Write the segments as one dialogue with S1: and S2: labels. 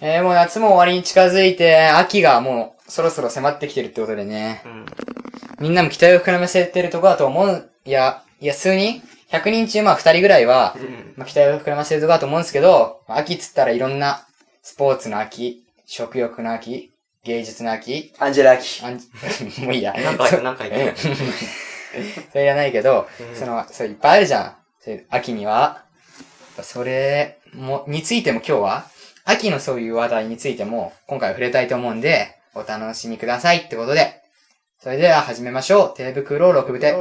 S1: 夏も終わりに近づいて、秋がもうそろそろ迫ってきてるってことでね。
S2: うん。
S1: みんなも期待を膨らませてるとこだと思う、いや、いや、数人 ?100 人中まあ2人ぐらいは、
S2: うん。
S1: まあ、期待を膨らませるとこだと思うんですけど、まあ秋っつったらいろんな、スポーツの秋、食欲の秋、芸術の秋、
S3: アンジェラ・アキ。
S1: あん もういいや。
S2: なんか
S1: そ、
S2: なんか言っ て。
S1: それじゃないけど、
S2: うん
S1: その、そういっぱいあるじゃん。そういう秋には。それも、についても今日は、秋のそういう話題についても、今回は触れたいと思うんで、お楽しみくださいってことで。それでは始めましょう。手袋を6部手。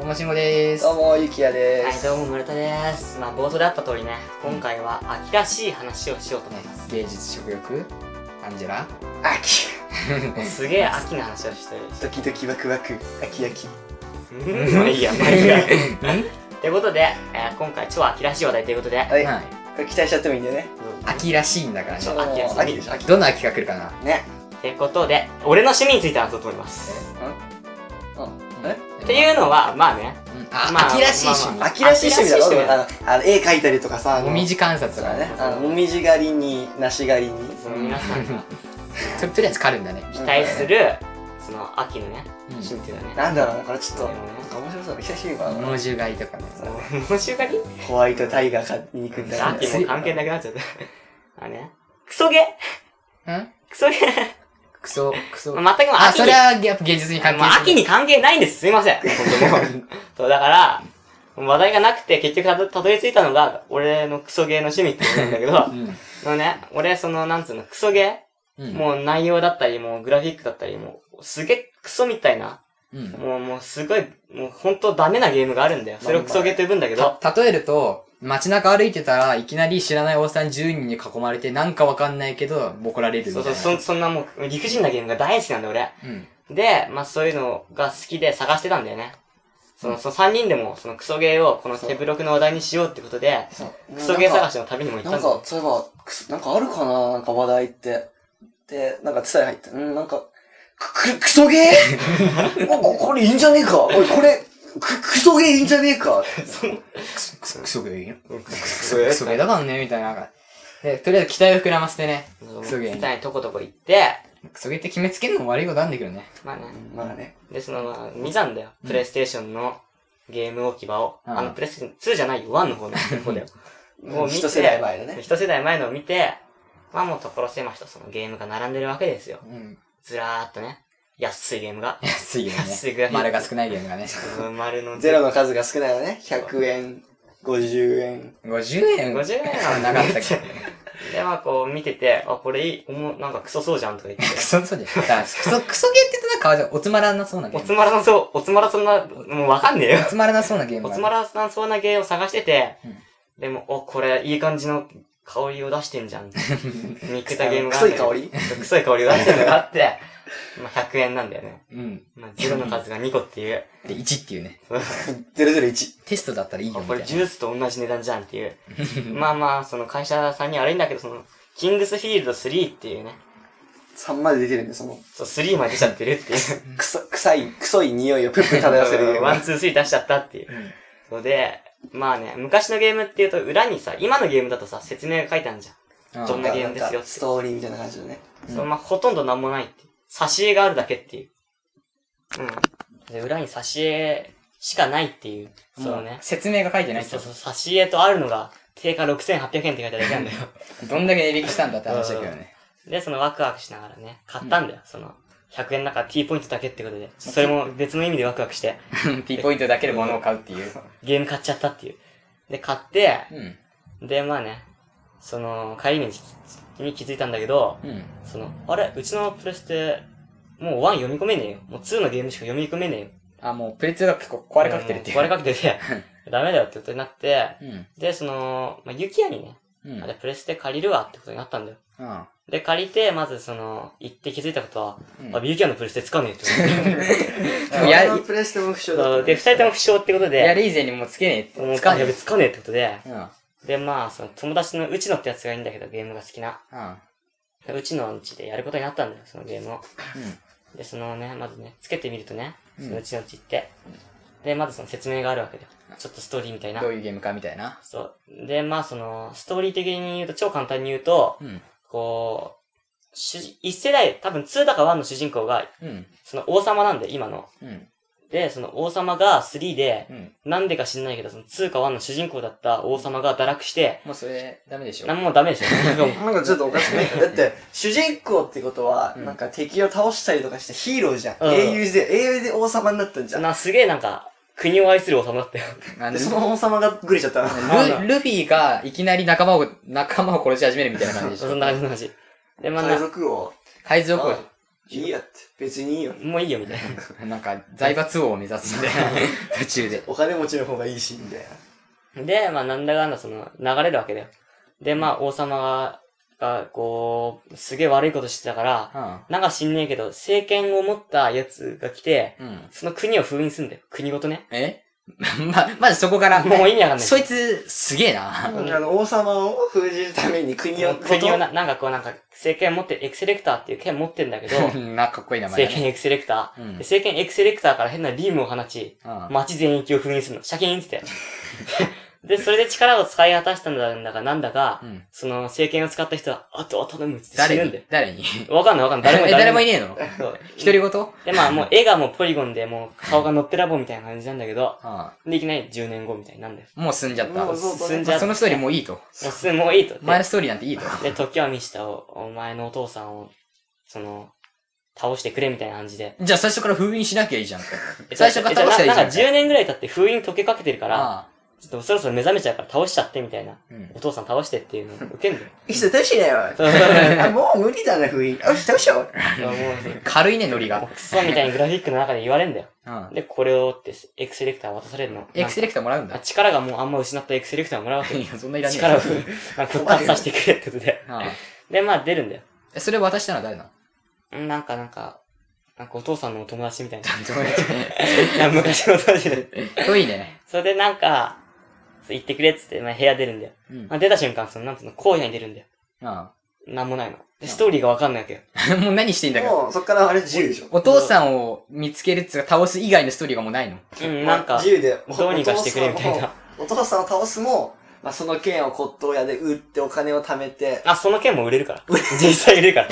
S1: おもしもでーす
S3: どう。も、ゆきやで
S2: はい、
S3: す。
S2: どうも、村田です。まあ、冒頭であった通りね、今回は秋らしい話をしようと思います。
S1: 芸術食欲アンジェラ
S3: アキ。
S2: すげえ秋の話をしてる
S3: ドキドキワクワク、アキアキ。
S2: し。まあいいや、まあいいや。ってことで、えー今回超秋らしい話題ということで、
S3: は い。
S1: はい。
S3: これ期待しちゃってもいいんだよね。
S1: 秋らしいんだからね
S2: ち。ょ秋です
S3: もう秋でしょ、秋。
S1: どんな秋が来るかな
S3: ね。
S2: ってことで、俺の趣味について話そうと思います。
S3: うん。え
S2: っていうのは、まあね、
S1: うんあ、
S2: まあ
S1: 秋らしい趣
S2: まあまあ
S3: 秋らしい趣味だ
S2: 秋らしい趣味だ
S3: ろあの、あの絵描いたりとかさ、あ
S1: 味。
S3: の
S1: もみじ観察
S3: そう
S1: が
S3: だ
S1: ね。
S3: ね。あの、もみじ狩りに、梨狩りに。
S2: その皆さんが
S1: それとりあえず狩るんだね。
S2: 期待する、その秋のね、
S1: うん
S2: 趣味っていうのはね、
S3: なんだろうな、これちょっと、
S2: そうだよね
S3: なんか面白そう。久しぶりか
S1: 猛
S3: な。
S1: 獣狩りとかね。
S2: その、今週がり
S3: ホワイトタイガー買いに行くんだよね
S2: 秋も関係なくなっち ゃった。あね、クソゲ
S1: うん
S2: ークソゲー
S1: クソ、クソ。
S2: まあ全くもう
S1: あ、
S2: 秋
S1: そ
S2: に
S1: れ、はやっぱ芸術に関係
S2: もう
S1: する
S2: 秋に関係ないんです。すいません。本当もうそう、だから、話題がなくて結局たどたどり着いたのが、俺のクソゲーの趣味ってことなんだけ ど、のね、俺その、なんつうの、クソゲ
S1: うん。うん。
S2: ーもう内容だったり、もうグラフィックだったり、もう、すげえクソみたいな、
S1: うん。
S2: もう、もうすごい、もう本当ダメなゲームがあるんだよ。それをクソゲーと呼ぶんだけど、
S1: た例えると、街中歩いてたらいきなり知らないおっさん10人に囲まれてなんかわかんないけど怒られるみた
S2: そ
S1: いうな。
S2: そう、そんそんなもう、理不尽なゲームが大好きなんだよ、俺。
S1: うん。
S2: で、まあそういうのが好きで探してたんだよね。その、その3人でも、そのクソゲーをこの手ブロクの話題にしようってことで、
S3: そう
S2: クソゲー探
S3: し。
S2: しの旅にも行ったん
S3: な
S2: だ
S3: ん
S2: よ
S3: か、そういえば、クソなんかあるかななんか話題って。で、なんか伝え入って、うん、なんか、く、く、クソ ゲーおここれいいんじゃねえかおい、これ、く、クソゲーいいんじゃねえか
S1: クソ、クソゲーよ。
S2: ク
S1: ク
S2: ソ
S1: ソクソゲーだからね、みたいな。なんかで、とりあえず期待を膨らませてね。
S2: ク
S1: クソ
S2: ソ
S1: ゲ
S2: ゲ
S1: ー
S2: ーみたいにとことこ行って、
S1: クソゲーって決めつけるのも悪いことなんだけどね。
S2: まあね。
S3: まあね。
S2: で、その、まあ、見たんだよ。プレイステーションのゲーム置き場を。
S1: うん
S2: あの、プレイステーション2じゃないよ。1の方の方だよ。もう見て
S3: 一世代前だ ね。
S2: 一世代前のを見て、まあもう所狭しとそのゲームが並んでるわけですよ。
S1: うん。
S2: ずらーっとね。安いゲームが。
S1: 安いよね。
S2: 安いぐらい
S1: 丸が少ないゲームがね。
S2: うん丸の
S3: ゼロの数が少ないのね。100円、50円。
S1: 50円
S2: 50円は
S1: なかったっ け
S2: で、まあこう見てて、あ、これいい、おも、なんかクソそうじゃんとか言って。
S1: クソ、そうじゃん。だからクソ、クソゲーって言ってなんかあれだよおつまらなそうなゲ
S2: お
S1: ー
S2: つ
S1: ム。
S2: まらなそう、おつまらそんな、もうわかんねえよ
S1: お。つまらなそうなゲーム
S2: お
S1: が
S2: つまらなそうな芸を探してて、
S1: うん
S2: でも、お、これ、いい感じの香りを出してんじゃん。見っけたゲームが
S3: ク
S2: あ
S3: ソ
S2: る
S3: い
S2: んだけど。
S3: 香り
S2: クソい香りを出してるのがあって、 まあ、100円なんだよね。
S1: うん。
S2: まあ、ゼロの数が2個っていう。
S1: で、1っていうね。
S3: 001。
S1: テストだったらいいよ
S2: あ
S1: み
S2: こ
S1: たい
S2: れ、
S1: な。
S2: ジュースと同じ値段じゃんっていう。まあまあ、その会社さんに悪いんだけど、その、キングスフィールド3っていうね、
S3: 3まで出てるんで、その、
S2: そう、3まで出ちゃってるっていう。
S3: くそ、臭い、臭い匂いをプップ漂わせるゲーム。
S2: ワン、ツー、スリー出しちゃったっていう。
S1: うん
S2: そうで、まあね、昔のゲームっていうと、裏にさ、今のゲームだとさ、説明が書いてあるじゃん。
S1: あ
S2: どんなゲームですよ
S3: なんかストーリーみたいな感じだね。
S1: うん
S2: そのまあ、ほとんどなんもないっていう。挿絵があるだけっていう。うん。で、裏に挿絵しかないっていう。そ
S1: も
S2: の
S1: う
S2: ね。
S1: 説明が書いてないっす
S2: そう
S1: よ
S2: そう、挿絵とあるのが、定価6800円って書いてあるだけなんだよ。
S1: どんだけ値引きしたんだって話だけどね。
S2: で、そのワクワクしながらね、買ったんだよ。その、100円の中 T ポイントだけってことで。それも別の意味でワクワクして、
S1: T ポイントだけで物を買うっていう。
S2: ゲーム買っちゃったっていう。で、買って、
S1: うん。
S2: で、まあね、その、帰り道に気づいたんだけど、
S1: うん。
S2: その、あれ、うちのプレステ、もう1読み込めねえよ。もう2のゲームしか読み込めねえよ。
S1: あ、もうプレツがこ壊れかけてるっていう。
S2: うん壊れかけてて、ダメだよってことになって、
S1: うん。
S2: で、その、まあ、雪屋にね、
S1: うん。
S2: あれプレステ借りるわってことになったんだよ。
S1: うん。
S2: で、借りて、まずその、行って気づいたことは、
S1: うん
S2: あ、ビューキャンのプレステつかねえ って
S1: もや
S3: 俺のプレステも不詳
S2: 思
S3: だ
S2: っ。
S3: っ
S2: で、
S3: て
S2: 二人とも不詳ってこと
S1: や
S2: で、
S1: る以前にもうつけねえ
S2: も
S1: っ
S2: う
S1: て。つかね
S2: やべ、
S1: え。
S2: つかねえってことで、
S1: うん。うん。
S2: で、まあ、その友達のうちのってやつがいいんだけど、ゲームが好きな。うちのうちでやることになったんだよ、そのゲームを。で、そのね、まずね、つけてみるとね、
S1: うん
S2: そのうちのうち行って、で、まずその説明があるわけだよ。ちょっとストーリーみたい
S1: うん。
S2: な
S1: どう。いうゲームかみたいな。
S2: そう。で、まあ、その、ストーリー的に言うと、超簡単に言うと、
S1: うん。
S2: こう、主人一世代、多分2だか1の主人公が、
S1: うん。
S2: その王様なんで、今の。
S1: うん。
S2: で、その王様が3で、
S1: うん。
S2: なんでか知んないけど、その2か1の主人公だった王様が堕落して、
S1: もうそれ、ダメでしょ。
S2: なんもダメでしょ。
S3: なんかちょっとおかしくないだって、主人公ってことは、
S1: うん
S3: なんか敵を倒したりとかしてヒーローじゃん。
S2: うん
S3: 英雄で、英雄で王様になったんじゃん。
S2: な、すげえなんか、国を愛する王様だったよ。
S1: あの
S3: で、その王様がグレちゃったの。
S1: ルルフィがいきなり仲間を、仲間を殺し始めるみたいな感じでし
S2: そ
S1: ょ
S2: ん。な感じの話。で、まあ
S3: 海
S2: な、
S3: 賊王。
S1: 海賊
S3: あいいやって。別にいいよ。
S2: もういいよ、みたいな。
S1: 王、なんか財閥王を目指すみ たいな。途中で。
S3: お金持ちの方がいいし、みたいな。
S2: で、まあ、なんだかんだその、流れるわけだよ。で、まあ、王様が、がこう、すげえ悪いことしてたから、
S1: う
S2: なんか知んねえけど、政権を持ったやつが来て、
S1: ん。うん。
S2: その国を封印すんだよ。国ごとね。
S1: え ま、まずそこから。
S2: もう意味わかんない。
S1: そいつ、すげえな。
S2: うん
S3: あの、王様を封じるために国を、
S2: 国をな、なんかこうなんか、政権持って、エクセレクターっていう剣持ってんだけど、
S1: な、かっこ いい名前
S2: 政
S1: だね。
S2: 権エクセレクター。
S1: うん
S2: で政権エクセレクターから変なビームを放ち、
S1: うん。
S2: 街全域を封印するの。シャキー ンって言って。で、それで力を使い果たしたんだかなんだか、
S1: うん
S2: その政権を使った人は、あとは頼むっつって死
S1: 誰
S2: ぬん
S1: に
S2: だよ。
S1: 誰に
S2: わかんないわかんない。
S1: 誰
S2: 誰
S1: も
S2: も、
S1: え 誰もい
S2: ね
S1: ねえ の
S2: え。そう
S1: 独り言うん。
S2: で、まあもう絵がもうポリゴンで、もう顔がのっぺらぼうみたいな感じなんだけど、で、いきなり10年後みたいになんだよ。
S1: もう済んじゃった。
S3: もう
S1: ま
S3: そう
S2: 進んじゃ
S1: あ
S2: う
S1: そのストーリーもういいと。
S2: もうす、もういいと。
S1: お前のストーリーなんていいと。
S2: で、時は満ちたお、お前のお父さんを、その、倒してくれみたいな感じで。
S1: じゃあ最初から封印しなきゃいいじゃん。最初から倒したらいいじゃん
S2: えななんか10年ぐらい経って封印溶けかけてるから、
S1: ああ。
S2: ちょっとそろそろ目覚めちゃうから倒しちゃってみたいな。
S1: うん
S2: お。父さん倒してっていうのを受けんだよ。
S3: いつ倒してないわ。あもう無理だな、封印。よし、倒しちゃおう。
S2: も
S1: 軽いね、ノリ
S2: う、も
S1: が
S2: う。クソみたいにグラフィックの中で言われんだよ。
S1: うん。
S2: で、これをって、エクセレクター渡されるの。
S1: エクセレクターもらうん
S2: あ
S1: だ。
S2: 力がもうあんま失ったエクセレクターをもらうわけよ
S1: いや、そんないらねえよ。
S2: 力を、まあ復活させてくれってことで。
S1: ああ
S2: で、まあ出るんだよ。
S1: えそれ渡したのは誰なの
S2: うんなんかなんか、なんかお父さんのお友達みたいな。
S1: どうやって
S2: なんか昔のお友達で。
S1: 遠いね。
S2: それでなんか、そう行ってくれっつって、まあ部屋出るんだよ。
S1: うん
S2: ま。あ出た瞬間、その、なんつうの、荒野に出るんだよ。
S1: あ
S2: なんもないの。で、ストーリーがわかんないわけよ。
S1: あもう何していいんだか。
S3: もう、そっからあれ自由でしょ。
S1: お父さんを見つけるっつうか倒す以外のストーリーがもうないの。
S2: うん、なん
S3: まあ
S2: か
S3: 自、由で、
S2: どうにかしてくれみたいな。
S3: お父さんを。お父さんを倒すも、まあ、その剣を骨董屋で売ってお金を貯めて、
S2: あ、その剣も売れるから。実際売れる か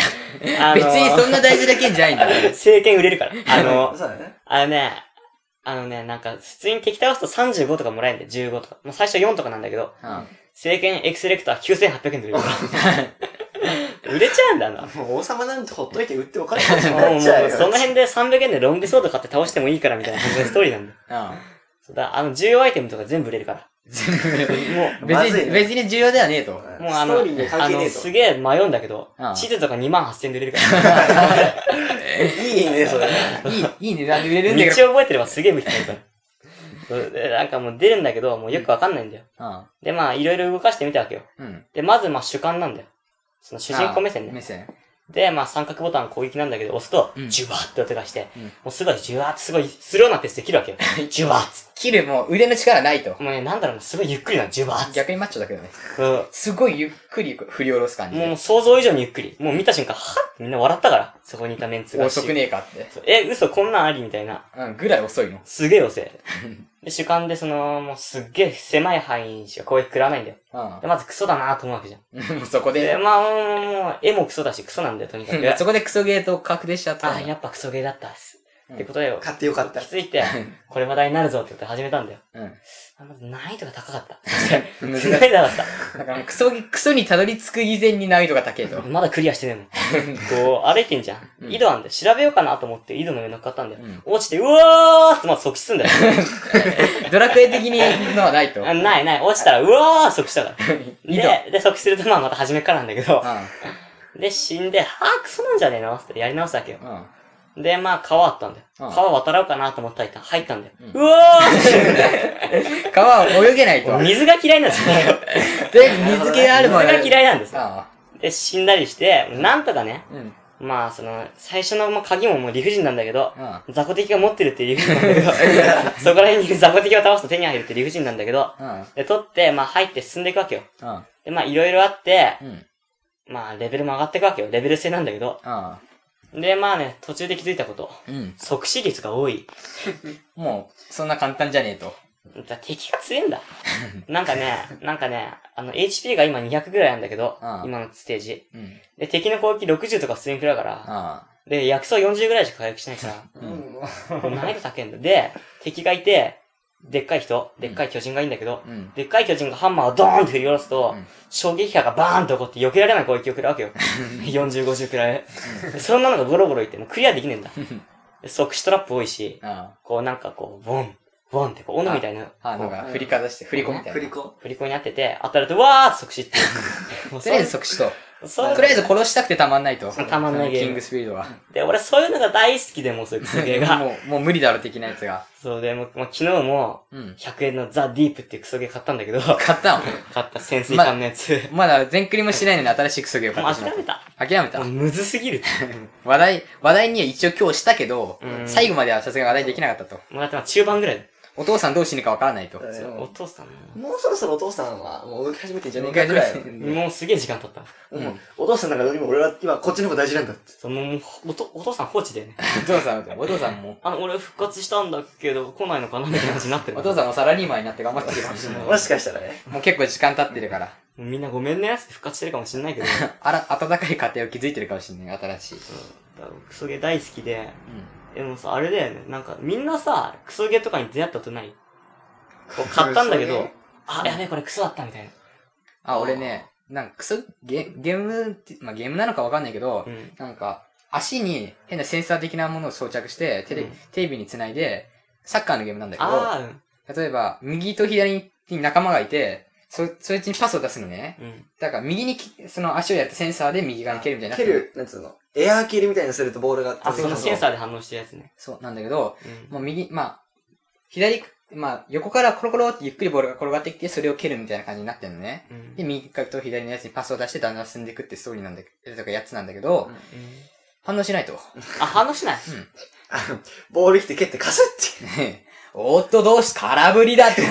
S2: ら。
S1: 別にそんな大事な件じゃないんだ。
S2: 政権売れるから。あの
S3: そ、うだね。
S2: あのね、あのね、なんか、普通に敵倒すと35とかもらえるんだよ、15とか。まあ、最初4とかなんだけど、
S1: うん。
S2: 政権エクセレクター9800円で売れる から。売れちゃうんだな。も
S3: もう王様なんてほっといて売ってお金持ち
S2: う
S3: に
S2: もうも
S3: な
S2: う
S3: っちゃうよ。
S2: その辺で300円でロングソード買って倒してもいいからみたいな感じのストーリーなんだよ。
S1: う
S2: そうだ、あの、重要アイテムとか全部売れるから。
S1: ん。
S2: もう、
S1: 別
S3: まずい
S1: に、
S3: ね
S1: 別に重要ではねえ と。
S2: もうあの、
S3: ストーリーに
S2: あ
S3: 関係ね
S2: の、
S3: えと
S2: す。げえ迷うんだけど
S1: うん、
S2: 地図とか2万8000で売れる から。
S3: いいね、それ。
S1: いい、いい値段で売れ
S2: 道
S1: る
S2: を
S1: んだけど。
S2: 覚えてればすげえ武器になるからそう。でなんかもう出るんだけど、もうよくわかんないんだよ。で、まあ、いろいろ動かしてみたわけよ。
S1: うん。うん。
S2: で、まずまあ主観なんだよ。その主人公目線
S1: ああ
S2: ね
S1: 目。線。
S2: で、まあ三角ボタンの攻撃なんだけど、押すと
S1: う、ん
S2: ジュワーって音がして、
S1: うん
S2: もうすごいジュワーってすごいスローなペースで切るわ けよ。ジュワーっつっ
S1: 切るもう腕の力ないと
S2: て。。もうね、なんだろうな、すごいゆっくりなの、ジュワーっつって。
S1: 逆にマッチョだけどね。
S2: うん
S1: すごいゆっくり振り下ろす感じ
S2: も
S1: で。
S2: う想像以上にゆっくり。もう見た瞬間、はっみんな笑ったから。そこにいたメンツが。
S1: 遅くねえかって。
S2: そうえ、嘘、こんなんありみたいな。
S1: うん、ぐらい遅いの。
S2: すげえ遅い。で、主観でその、もうすっげえ狭い範囲にしか攻撃食らわないんだよ。で、まずクソだなと思うわけじゃん。
S1: うん。 そこ
S2: で、
S1: で、
S2: まあ、もう、もうもう絵もクソだし、クソなんだよ、と にかく。
S1: そこでクソゲーと確定しちゃったん
S2: あ、
S1: だ。
S2: やっぱクソゲーだったっす。
S1: うん
S2: ってことで、よ
S3: 買ってよかった
S2: 気。づいて、これ話題になるぞってことで始めたんだよ。
S1: うん。
S2: あまず難易度が高かった。難
S1: 難し
S2: 易
S1: い
S2: 度が高かっ
S1: だからクソ、クソにたどり着く以前に難易度が高いと
S2: た。。まだクリアしてね えもん。こう、歩いてんじゃ
S1: うん
S2: ん。井戸なんで、調べようかなと思って井戸の上乗っかったんだよ
S1: うん。
S2: 落ちて、うわーってまず即死 すんだよ。
S1: ドラクエ的にのはないと。
S2: あないない、落ちたら、うわー即死だから。
S1: 井戸。
S2: で、で、即死するとまあまた初めからなんだけど、
S1: あ
S2: で、死んで、あー、クソなんじゃねえのってやり直すわけよ。
S1: あ、
S2: で、まあ、川あったんだ
S1: う
S2: よ。
S1: ん
S2: 川渡ろうかなと思ったら入ったんだよ。
S1: うん
S2: うわー
S1: 川を泳げないと。
S2: って
S1: で、
S2: 水が嫌いなんですよ。
S1: 水気ある
S2: 水
S1: もの。
S2: が嫌いなんですよ。
S1: あ
S2: で、死んだりして、なんとかね、
S1: あ。うん。
S2: まあ、その、最初のまあ鍵ももう理不尽なんだけど、
S1: うん。
S2: 雑魚敵が持ってるっていう理不尽なんだけど、そこら辺に雑魚敵を倒すと手に入るって理不尽なんだけど、
S1: うん。
S2: で、取って、まあ入って進んでいくわけよ。
S1: うん。
S2: で、まあいろいろあって、
S1: うん。
S2: まあレベルも上がっていくわけよ。レベル制なんだけど。
S1: ああ。
S2: で、まあね、途中で気づいたこと。
S1: うん。
S2: 即死率が多い。
S1: もう、そんな簡単じゃねえと。
S2: だ敵が強いんだ。なんかね、なんかね、あの HP が今200ぐらいなんだけど、
S1: ああ
S2: 今のステージ。
S1: うん。
S2: で、敵の攻撃60とか普通に食らうから、
S1: あ
S2: で、薬草40ぐらいしか回復しないから、
S1: うん
S2: これ難易度高いんだ。で、敵がいて、でっかい人、でっかい巨人がいいんだけど
S1: あ。、うん。
S2: でっかい巨人がハンマーをドーンって振り下ろすと、
S1: うん
S2: 衝撃波がバーンと起こって避けられない攻撃を食らうわけよ。40、50くらい。そんなのがゴロゴロいって、もうクリアできねえんだ。で即死トラップ多いし、
S1: あ
S2: こうなんかこう、ボン、ボンってこう、斧みたいな、
S1: あ。あ、
S2: こ
S1: なん
S2: う
S1: か、振りかざして、振り子みたい
S3: 振り
S1: な。
S3: 子
S2: 振り子になってて、当たると、わーって即死って。も
S1: と
S2: うそ
S1: りあえ
S2: れ
S1: ず即死と。
S2: そう
S1: とりあえず殺したくてたまんないと。
S2: たまんないゲーム
S1: キングスピードは。
S2: で、俺そういうのが大好きでもうそういうクソゲーが。
S1: もう、もう無理だろ、的なやつが。
S2: そうで、もうもう昨日も、
S1: うん。
S2: 100円のザ・ディープっていうクソゲー買ったんだけど、
S1: 買ったの
S2: 買った潜水艦のやつ。
S1: まだ全クリもしないのに新しいクソゲーを買
S2: も
S1: っ
S2: う
S1: てしまっ
S2: 諦めた。
S1: た。諦めた
S2: もう。むずすぎるって。
S1: 話題、話題には一応今日したけど
S2: う、ん
S1: 最後まではさすがに話題できなかったと。
S2: もうだってまあ中盤ぐらいだよ
S1: お父さんどう死ぬかわからないと。
S3: えー
S2: お父さんも。
S3: もうそろそろお父さんはもう動き始めてんじゃねえかくらい。
S2: もうすげえ時間経った。
S1: ん
S3: もうお父さんなんかよりも俺は今こっちの方が大事なんだって。
S2: そのもうおとお父さん放置だよね。
S1: お父さん、お父さんも、
S2: あの、俺復活したんだけど、来ないのかなみたいな感じになってる。
S1: お父さんもサラリーマンになって頑張ってるかもしれない。
S3: もしかしたらね。
S1: もう結構時間経ってるから、
S2: みんなごめんねっつって復活してるかもしれないけど、
S1: あら、温かい家庭を築いてるかもしれない、新しい。
S2: うんクソゲー大好きで、
S1: う
S2: でもさ、あれだよね、なんかみんなさ、クソゲーとかに出会ったことないこう買ったんだけ
S3: クソ
S2: ど
S3: ゲ、
S2: あ、やべえこれクソだったみたいな。
S1: あ、俺ね、なんかクソ、ゲ、ゲームって、まあゲームなのかわかんないけど
S2: う、ん。
S1: なんか、足に変なセンサー的なものを装着して、テレビ
S2: うん、
S1: テレビにつないで、サッカーのゲームなんだけど、
S2: あ
S1: 例えば、右と左に仲間がいて、そ、そいつにパスを出すのね。
S2: あ、うん。
S1: だから、右にき、その足をやってセンサーで右側に蹴るみたいな。
S3: 蹴。る、なんつうの。エアー蹴りみたいにするとボールが。
S2: あ、そのセン
S3: ー。
S2: サーで反応してるやつね。
S1: そう、なんだけど、
S2: うん。
S1: もう右、まあ、左、まあ、横からコロコロってゆっくりボールが転がってきて、それを蹴るみたいな感じになってるのね。
S2: うん
S1: で、右と左のやつにパスを出して、だんだん進んでいくってストーリーなんだけど、とかやつなんだけど、
S3: うん
S2: うん
S1: 反応しないと。
S2: あ、反応しない。
S3: あのボール来て蹴ってカスって。
S1: ねえおっとどうし、空振りだって。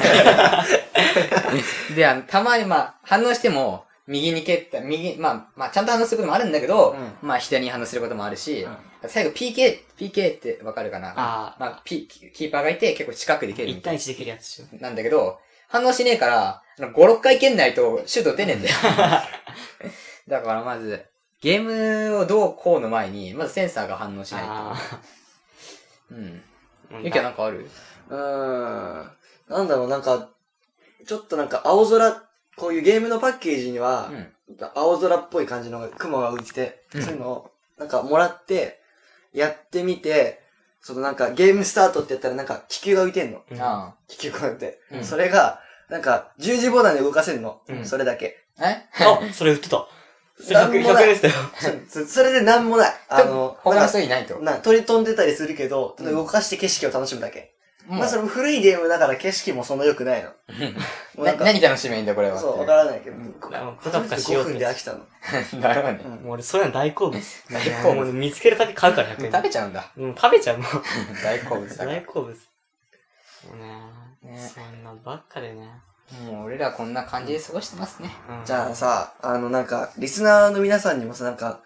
S1: で、あの、たまにまあ、反応しても、右に蹴った、右、まあ、まあ、ちゃんと反応することもあるんだけど、まあ、左に反応することもあるし、最後 PK、PK ってわかるかな
S2: あー
S1: まあ、ピ、キーパーがいて結構近くで蹴る
S2: 1
S1: みたい
S2: 対1できるやつでしょ。
S1: なんだけど、反応しねえから、あの5、6回蹴んないとシュート打てねえん だよ。だからまず、ゲームをどうこうの前に、まずセンサーが反応しないと。
S2: あ
S1: うん。
S2: あ。
S1: ゆきはなんかある
S3: うーん。なんだろう、なんか、ちょっとなんか青空、こういうゲームのパッケージには、
S1: うん。
S3: 青空っぽい感じのが雲が浮いてて、
S1: うん
S3: そういうのを、なんかもらって、やってみて、そのなんかゲームスタートってやったらなんか気球が浮いてんの。
S2: うん
S1: あ
S3: 気球こうやって。
S1: うん
S3: それが、なんか十字ボタンで動かせるの。
S2: うん
S3: それだけ。
S1: あ。え
S2: あ、それ売ってた。それ
S3: なん
S2: 100
S3: も
S2: 100
S3: な
S2: 円
S3: い
S2: でしたよ。
S3: そそれでなんもない。あの、
S1: 他の
S3: なんか
S1: 人いないと。
S3: な取り飛んでたりするけど、
S1: うん
S3: 動かして景色を楽しむだけ。
S1: もう
S3: まあそれも古いゲームだから景色もそんな良くないの。もうな
S1: なん
S3: か、
S1: 何楽しめばいいんだ、これは。
S3: そう、わ
S1: って
S3: からないけど、こ
S2: あのポカポカしようっ
S3: 5
S2: て
S3: 分で飽きたの。
S1: いう なるほどね。
S3: うん
S2: もう俺、そういうの大好物。
S1: 大好物
S2: もう見つけるたび買うから100円
S1: 食べちゃうんだ。
S2: で。うん、食べちゃう、もう。
S1: 大好物だから
S2: 大。好物。もうね
S1: ね
S2: そんなんばっかでね。
S1: もう俺らこんな感じで過ごしてますね。
S2: うん
S3: じゃあさ、あのなんか、リスナーの皆さんにもさ、なんか、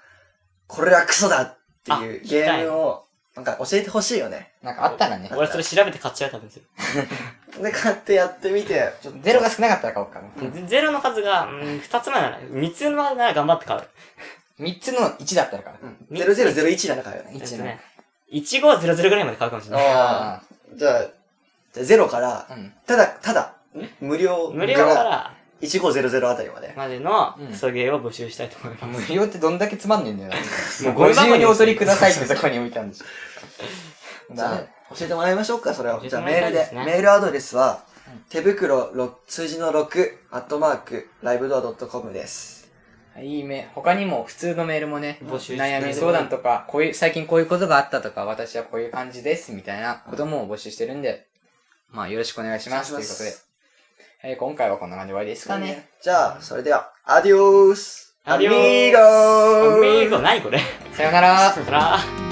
S3: これはクソだって
S2: あ
S3: いう
S2: 聞き
S3: ゲ
S2: たい
S3: ームを、なんか教えてほしいよね。
S1: なんかあったらね、
S2: 俺、それ調べて買っちゃう、多分。それ
S3: で、買ってやってみて、ちょっと
S1: ゼロが少なかったら買おうかな。
S2: ゼゼロの数が、うん、2つまでなら、3つまでなら頑張って買う。
S1: 3つの1だったら買う。
S3: うん、0001なんかよね。
S2: えっ
S1: 1
S2: と
S1: の。
S2: ね、1500ぐらいまで買うかもしれない。
S3: あーじゃあ、じゃあゼロから
S1: う、ん。
S3: ただ、ただ、無料
S2: 無料から、
S3: 1500あたりまで。
S2: までの
S1: うん
S2: クソゲーを募集したいと思います。
S1: 無料ってどんだけつまんねえんだよ。もう
S2: ゴ
S1: ご
S2: ミ
S1: 自
S2: 箱に
S1: 由にお取りくださいってそこに置いたんで しょ。
S3: じゃ
S1: だ
S3: あ、教えてもらいましょうか、それを。
S2: 教え
S3: じ
S2: て
S3: ゃあ
S2: も
S3: メ
S2: らいた
S3: ー
S2: い
S3: ル
S2: で
S3: で、
S2: すね
S3: メールアドレスは
S1: うん、
S3: 手袋ろ数字の6、アットマーク、ライブドア .com です。
S1: いいメ他にも普通のメールもね、
S2: 募集して
S1: 悩み相談とか、こういう、最近こういうことがあったとか、私はこういう感じです、みたいなことも募集してるんで、まあよろしくお願いします、
S3: お
S1: と
S3: 願
S1: い
S3: いうし
S1: こ
S3: ます
S1: とで。えー今回はこんな感じで終わりですかね。
S3: じゃあ、それでは、アディオース
S2: アディオス
S3: アミーゴー
S2: アミーゴ、何これ
S1: さよなら
S2: さよなら